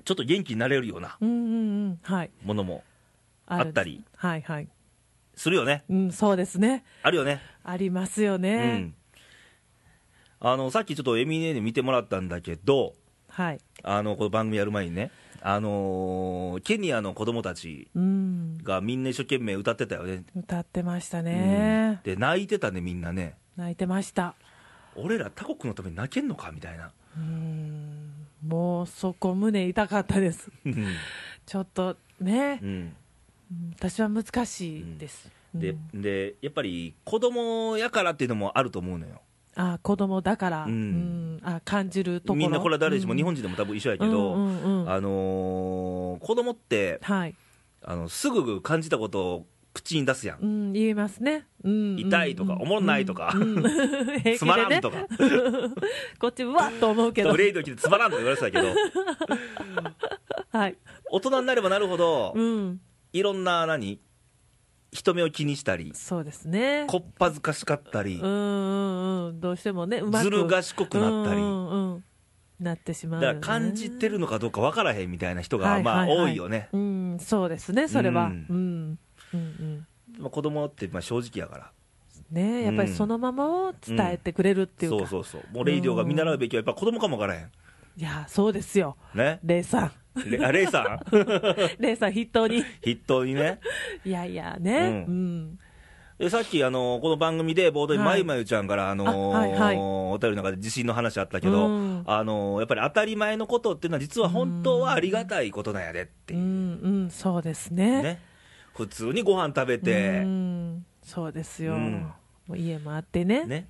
ちょっと元気になれるような
うんうんうん。はい。
ものも
る
あったり。
はいはい。
するよね、
うん、そうですね。
あるよね、
ありますよ
う
ね。
ん、あのさっきちょっとエミネで見てもらったんだけど、
はい。
あのこの番組やる前にね、あのーケニアの子供たち
うん。
がみんな一生懸命歌ってたよね、
歌ってました
うん
ね。
で泣いてたね、みんなね、
泣いてました。
俺ら他国のために泣けんのかみたいな。
うん。もうそこ胸痛かったです。
うん
ちょっとね
う、ん
うん私は難しいです。う
で
ん
でやっぱり子供やからっていうのもあると思うのよ、
あ子供だから、
う
うんんあ感じるところ
みんなこれは誰しも日本
人
人でも多分一緒やけど、
うんうんうん
あのー子供って
はい、
あのすぐ感じたことを口に出すやん、
うん、言いますね、うん、
痛いとか
うん
おもんないとか *laughs*
うんうん平気でね
つまらんとか、
こっちうわっと思 *laughs* うけど
ブ、レイド着てつまらんとか言われてたけ
*laughs*
ど、
はい
大人になればなるほど
う、ん、
いろんな何、人目を気にしたり、
そうですね
こっぱずかしかったり
うん、うんうんどうしてもねうまく
ずる賢くなったり
うんうんうんなってしま
だ
う
から
よね
感じてるのかどうかわからへんみたいな人がまあ
はいはいは
多
い
いよね、
うんそうですねそれ
う
は、うんんうんうん
まあ子供ってまあ正直やから。
ねやっぱりそのままを伝えてくれるっていうか、
そうそうそう、もうレイディオが見習うべきは、やっぱ子供かもわからへん、
いやそうですよ
ね、
レ
*laughs*
イさん
レあレイ
*laughs*
さん、
レイさん筆頭に。
筆頭にね、
いやいやね。
う
うん。
でさっき、あのこの番組で冒頭に
は
ま
い
ゆまゆちゃんから、あの
あはいはい
お便りの中で地震の話あったけど、
うん
あのやっぱり当たり前のことっていうのは、実は本当はありがたいことなんやでって
う、
いうん
うん、そうですね。
ね、普通にご飯食べて
う、ん、そうですよ。
うん
もう家もあってね。
ね。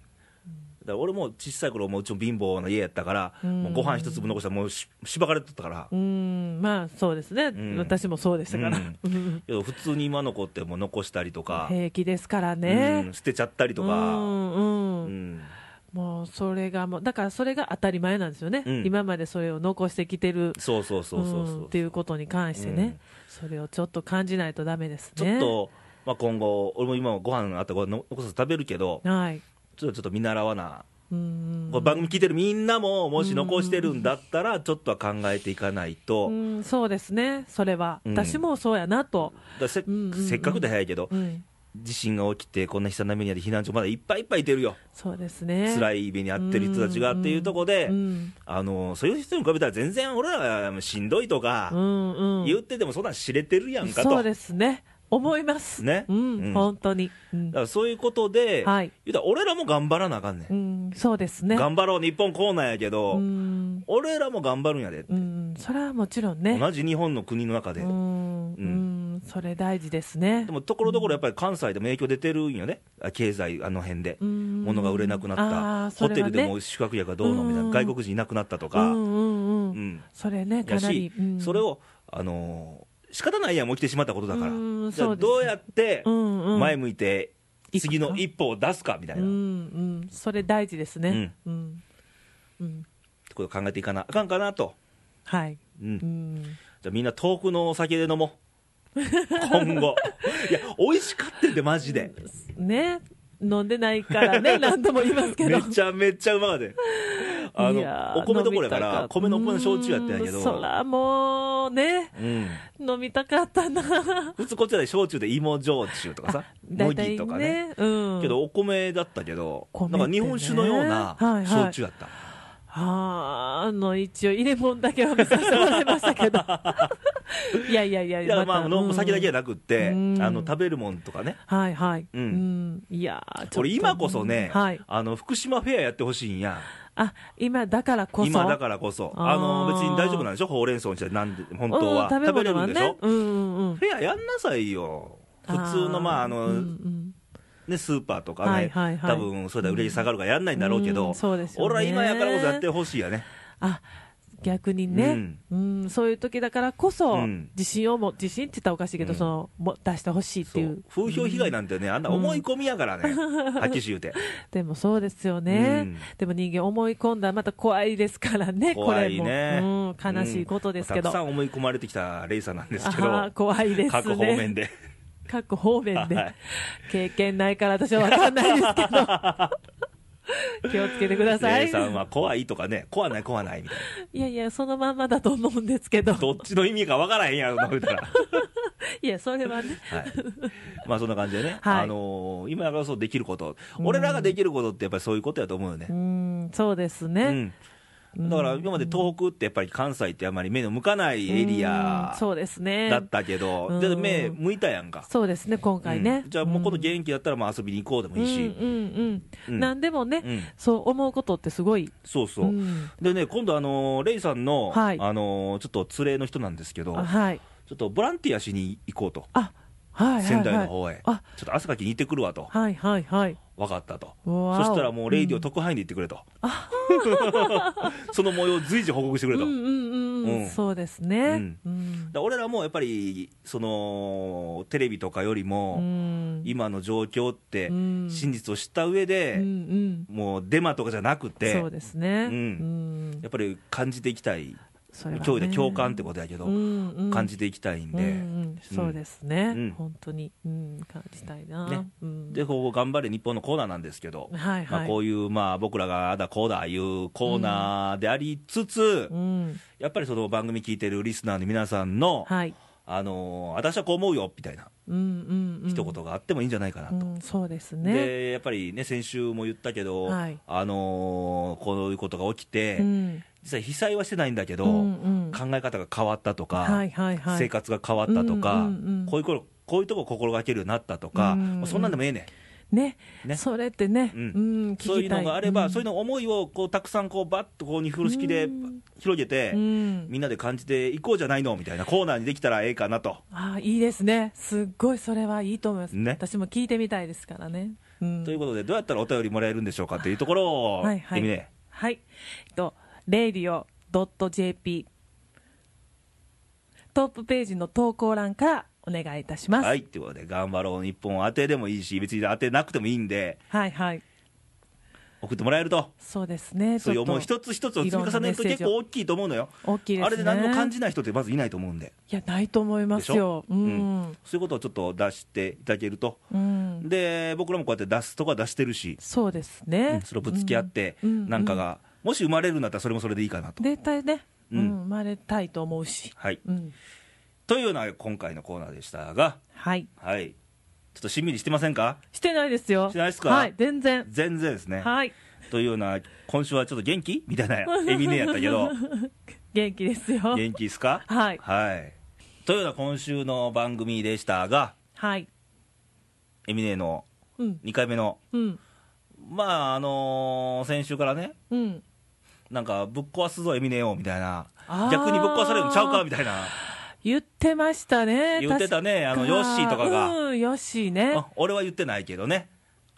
だから俺も小さい頃もうちも貧乏な家やったから、
うん
もうご飯一粒残したらもうししばかれとったから、
うん、まあそうですね。
ん
私もそうでしたから。うん
けど普通に今の子ってもう残したりとか、
*laughs* 平気ですから
う
ね
ん。捨てちゃったりとか、
うんうん
うん
もうそれがもうだからそれが当たり前なんですよね、
うん
今までそれを残してきてる
そうそうそうそうそう、
んっていうことに関してね、
うん
それをちょっと感じないとダメです
ちょっ
ね
と、まあ、今後俺も今ご飯あったらご飯残さず食べるけど
はい
ちょっとちょっと見習わな、
うん
これ番組聞いてるみんなももし残してるんだったらちょっとは考えていかないと、
うん、そうですね、それは、
うん
私もそうやなと、
だからせ
うんうんうん
せっかくで早いけど、
うん、
地震が起きてこんな悲惨な目に遭って避難所まだいっぱいいっぱいいてるよ、
そうですね、
辛
い
い目に遭ってる人たちがっていうところで、
うん
あのそういう人に比べたら全然俺らはしんどいと
う
か
んうん
言っててもそんなん知れてるやんかと。
そうですね、思います、
ね
うん
うん
本当に、うん
だからそういうことで、
はい
言うたら俺らも頑張らなあかんねん、
うん、そうですね、
頑張ろう日本コーナーやけど、
うん、
俺らも頑張るんやで、
うん、それはもちろんね、
同じ日本の国の中で、
うん、うん、それ大事ですね
で、もところどころやっぱり関西でも影響出てるんよね、あ経済、あの辺で、
うん
物が売れなくなった、
あーそ
ホ
れ
テ
は
ル
ね
でも宿泊客がどうのみたいな、
うん
外国人いなくなったと
う
か、
んうんう、
うんん
それね、か
や
なり
し、、
うん
それ、を、あのー仕方ないやん、もう起きてしまったことだから、
うん
じゃ
そ
あ
うです
どうやって
うんうん、
前向いて、
いくか
次の一歩を出すかみたいな、
う
っ
んうん、それ大事ですね、うん、うん、
てことを考えていかなあかんかなと。
はい。
うん
うん
じゃあみんな遠くのお酒で飲もう。今
*laughs*
後。いや、美味しかったんで、マジで。
ね、飲んでないか
*laughs*
らね、何度も言いますけど。
めちゃめちゃうまかったよあ
いや
の、お
ー
米どころやか
飲み
ら
た、
米のお米の焼酎やったんやけ
うーんそ
ど、
らもうね、
うん。
飲みたかったな。
普通こっちらで焼酎で芋焼酎とかさ、
大体
麦とかね。。
うん。
けど、お米だったけど、
米って
なん
ね
か日本酒のような
はいはい
焼酎やった。
あーあの、一応入れ物だけは見させてもらいました
*laughs*
けど。いやいやいや
いや、まあ、
た
のお酒だけじゃなくって、あ
うん
の、食べるもんとかね。
はいはい。
う
うんん。いやーちょっと
俺今こそね、
はい。
あの、福島フェアやってほしいんや。
あ、今だからこそ。、
今だかららこそ。
あー
あの、別に大丈夫なんでしょほうれん草にして、なんで、本当は。
食べ
れ
物
る
は
んでしょ
ね。うんうんうん。
フェアやんなさいよ。普通の、まあ、あの、
うんうん
ね、スーパーとかね、
はいはいはい
多分、それで売れ行き下がるからやんないんだろうけど、
うんそうですよね
俺は今やからこそやってほしいやね。
あ逆にね、うん、そういう時だからこそ、
うん
自信をも、自信って言ったらおかしいけど、
うん
そのも出してほしいって
そ
いう
う風評被害なんてね、あんな思い込みやから
*laughs*
ね、はっきり言うて、
でもそうですよね、
うん
でも人間思い込んだらまた怖いですから
*laughs*
ね、
怖いね、
これも、うん、悲しいことですけ
う
ど、
んたくさん思い込まれてきたレイさんなんですけど
あー、怖いですね
各方面
*laughs*
で、
各方面で、
はい
経験ないから私は分かんないです
*laughs*
けど気をつけてくださ
レ
い
イさんは怖いとかね、怖ない、怖ないみたい
いやいやそのまんまだと思うんですけど
な、どっちの意味かわからへんやろな、み
*laughs*
たいな。
いやそれはね
はい、まあそんな感じでね、
はい
あのー今だからこそできること、
うん
俺らができることってやっぱりそういうことやと思うよね
うー。んそうですね、
うん、だから今まで東北ってやっぱり関西ってあまり目の向かないエリ
う
ア
んそうですね
だったけど、
うん
だって目向いたやんか、
そうですね今回ね、
うんじゃあもうこの
ゲー
元気だったらまあ遊びに行こうでも
ム
いいし、
うんうん
う
うん
ん
何でもね、
うん
そう思うことってすごい
そうそう、
ん
でね今度あのーレイさんの、
はい
あのーちょっと連れの人なんですけど
あはい
ちょっとボランティアしに行こうと
あはいはい、はい、
仙台の方へ、
あ
ちょっと汗かきに行ってくるわと
はいはいはい
分かったと
そ
そしたらもうレイディオ
と
特派員で行ってくれと、 *laughs* その模様を随時報告してくれ
うん
と、
うんうんうん、
うん
そうですねうん、
だ俺らもやっぱりそのテレビとかより
う
も、
ん
今の状況って
うん
真実を知った上
うんう
で、
ん
もうデマとかじゃなくて、
そうですね、
うん
うん
やっぱり感じていきたい、
それはね
今日で共感ってことやけど、
うんうん
感じていきたいん
うん
で、
うんそうですね、
うん
本当に、うん、感じたいな、
ね
うん、
でここ頑張れ日本のコーナーなんですけど、
はいはい、
まあ、こういう、まあ、僕らがあだこうだいうコーナーでありつつ、
うん、
やっぱりその番組聞いてるリスナーの皆さんの、
はい、
あのー私はこう思うよみたいな
うんうんうん、
一言があってもいいんじゃないかなと、
うん、そうですね、
でやっぱりね、先週も言ったけど、
はい
あのーこういうことが起きて、
うん、
実際、被災はしてないんだけど、
うんうん
考え方が変わったとか、
はいはいはい、
生活が変わったとか、
うんうんうん
こういうことこういうとこ心がけるようになったとか、
うんうん
もうそんなんでもええねん。
ね
ね
それってね、
う
うんん、聞きたい
そういうのがあれば、
ん
そういうの思いをこうたくさんこうバッとこうに風呂敷で
うん
広げて、
うん
みんなで感じていこうじゃないのみたいなコーナーにできたらええかなと。
あーいいですね、すっごいそれはいいと思います、
ね
私も聞いてみたいですからね。うん
ということで、どうやったらお便りもらえるんでしょうかというところを、
はいはい
君ね、
はい、えっと、radio.jp トップページの投稿欄からお願いいたします。
は
はい、
い、ということで、頑張ろう日本当てでもいいし、別に当てなくてもいいんで、
はい、
送ってもらえると、
そうですね。
そういう思い、
ちょ
一
っ
つ一つを積み重ねると
いろんなメッセー
結
ジを
構大きいと思うのよ、
と大きいですね。
あれで何も感じない人ってまずいないと思うんで、
いや、ないと思いま
でし
す
ょ
よ。、う
うん
ん。
そういうことをちょっと出していただけると、
うん。
で僕らもこうやって出すとこは出してるし、
そうです
うん
ね。
それをぶつけ合って、
うんうん
なんかが、もし生まれるんだったらそれもそれでいいかなと。
絶対ね、
うん
うん、生まれたいと思うし。
はい、
うん。
というような今回のコーナーでしたが、
はい。
はい、ちょっとしんみりしてませんか
してないですよ。
してないですか
はい、全然。
全然ですね。
はい。
というような、今週はちょっと元気みたい
*laughs*
なエミネやったけど、
元気ですよ。
元気ですか
はい。
はい。というような今週の番組でしたが、
はい。
エミネの
うん。
2回目の、
うん。
まあ、あのー先週からね、
うん。
なんか、ぶっ壊すぞ、エミネを、みたいな
あ、ー
逆にぶっ壊されるのちゃうか、みたいな、
言ってましたね。
言ってたね、あ
確か
のヨッシーとかが、
うん、ヨッシーね。
あ俺は言ってないけどね、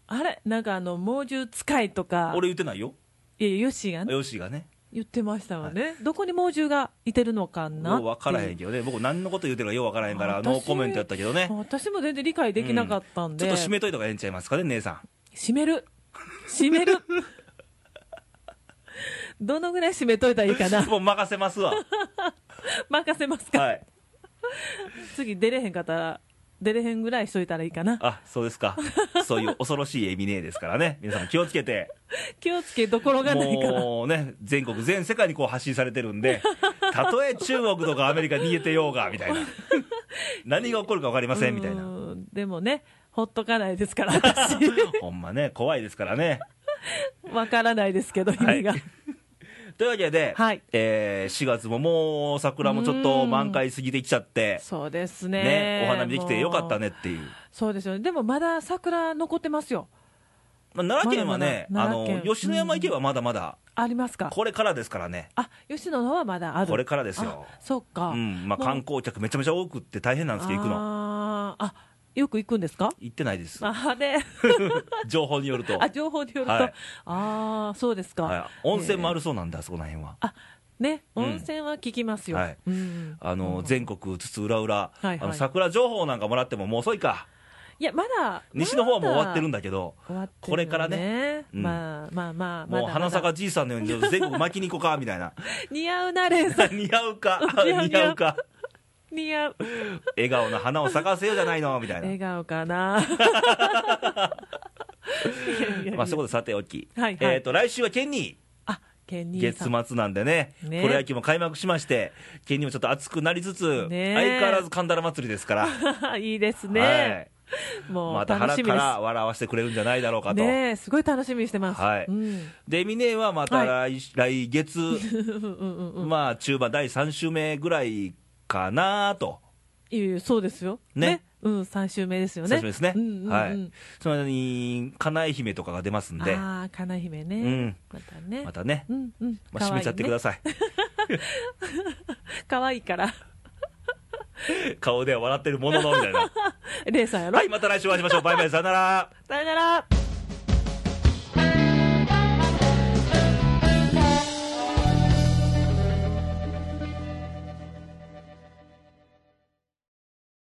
あれなんかあの、猛獣使いとか。
俺言ってないよ、
いや、ヨッシーがね
ヨッシーがね、
言ってましたわね。どこに猛獣がいてるのかな
よう
っていう。
分からへんけどね、僕、何のこと言うてるかよう分からへんから、
私
ノーコメントやったけどね、
私も全然理解できなかったん
ち
で。
ょっと締めといた方がええんちゃいますかね、姉さん。
閉める。閉
*laughs*
める。どのぐらい閉めといたらいいかな。
*laughs* もう任せますわ。
任せますか。
はい。
次出れへんかったら、出れへんぐらいしといたらいいかな。
あ、そうですか。そういう恐ろしいエミネーですからね。皆さん気をつけて。
気をつけどころがないから。
もうね、全国、全世界にこう発信されてるんで、たとえ中国とかアメリカ逃げてようが、み
*laughs*
たいな。何が起こるか分かりません、みたいな。
うーんでもね、ほっとかないです
*laughs*
から、私。
ほんまね、怖いですからね。
わからないですけど、意味が。
はいというわけで、
はい
えー4月ももう桜もちょっと満開過ぎてきちゃって、
そうですね。
ね、お花見できてよかった
も
ねっていう。
う。そうですよね。でもまだ桜残ってますよ。
まあ、奈良県はね、
まだま
あ
だ奈良
の、
県
吉野山行けばまだまだ、
ありますか
これからですからね。
あ、吉野のはまだある。
これからですよ
あ。そっか。
うんまあ、
もう
観光客めちゃめちゃ多くって大変なんですけど、行くの。
あーあ、よく行くんですか
行ってないです。
あで、
*laughs* 情報によると。
あ、情報によると。
はい
ああ、そうですか。
はい、温泉もあ
る。
るそうなんだ、そこら辺は。
あ、ね、
うん
温泉は聞きますよ。
はい
うん
あの、
うん
全国津々浦
いは
々
い
あの桜情報なんかもらってももう遅いか
いや、まだ、
西の方はもう終わってるん
だ。
だけど
終わってるよ
これから
ね。
うん
まあまあまあ、まだ
もう花
ま
坂
だ
じいさんのように全国巻きに行こうかみたい
*laughs*
な
似合うな、レンさん。
似合うか
似合う
似合うか
似合う。
笑顔の花を咲かせようじゃないのみたいな
*laughs* 笑顔かな。いやいやいや
まあ、そういうことさておき、
はいはい
えー、と来週は県に
あ、ケニーさ
月
ん。
末なんでね、
ね
プロ野球も開幕しまして、県にもちょっと熱くなりつつ、
ね
相変わらず神田ら祭りですから、
*laughs* いいですね。
はい、
も
ま
う
た
楽
腹
し
か
みです
ら。笑わせてくれるんじゃないだろうかと。
ねえすごい楽しみにしてます。
はい
うん。
で、ミネはまた来,、来月、
うんうん *laughs* うんうん。
まあ、中盤第3週目ぐらいかなと。
いやいやそうですよ。
ね
うん、三週目ですよね。
最初ですね、
うんうんうん
はい、その間に、かなえ姫とかが出ますんで、
ああ、かな姫ね。
うん
またね。
またね、
うんうん。
まあ、締めちゃってくだ
さ
さい、
いね。可愛いから。 *laughs*
顔では笑ってるもののみたいな、
レイさんやろ *laughs*
はい、また来週お会いしましょう、バイバイ、さよなら。
さよなら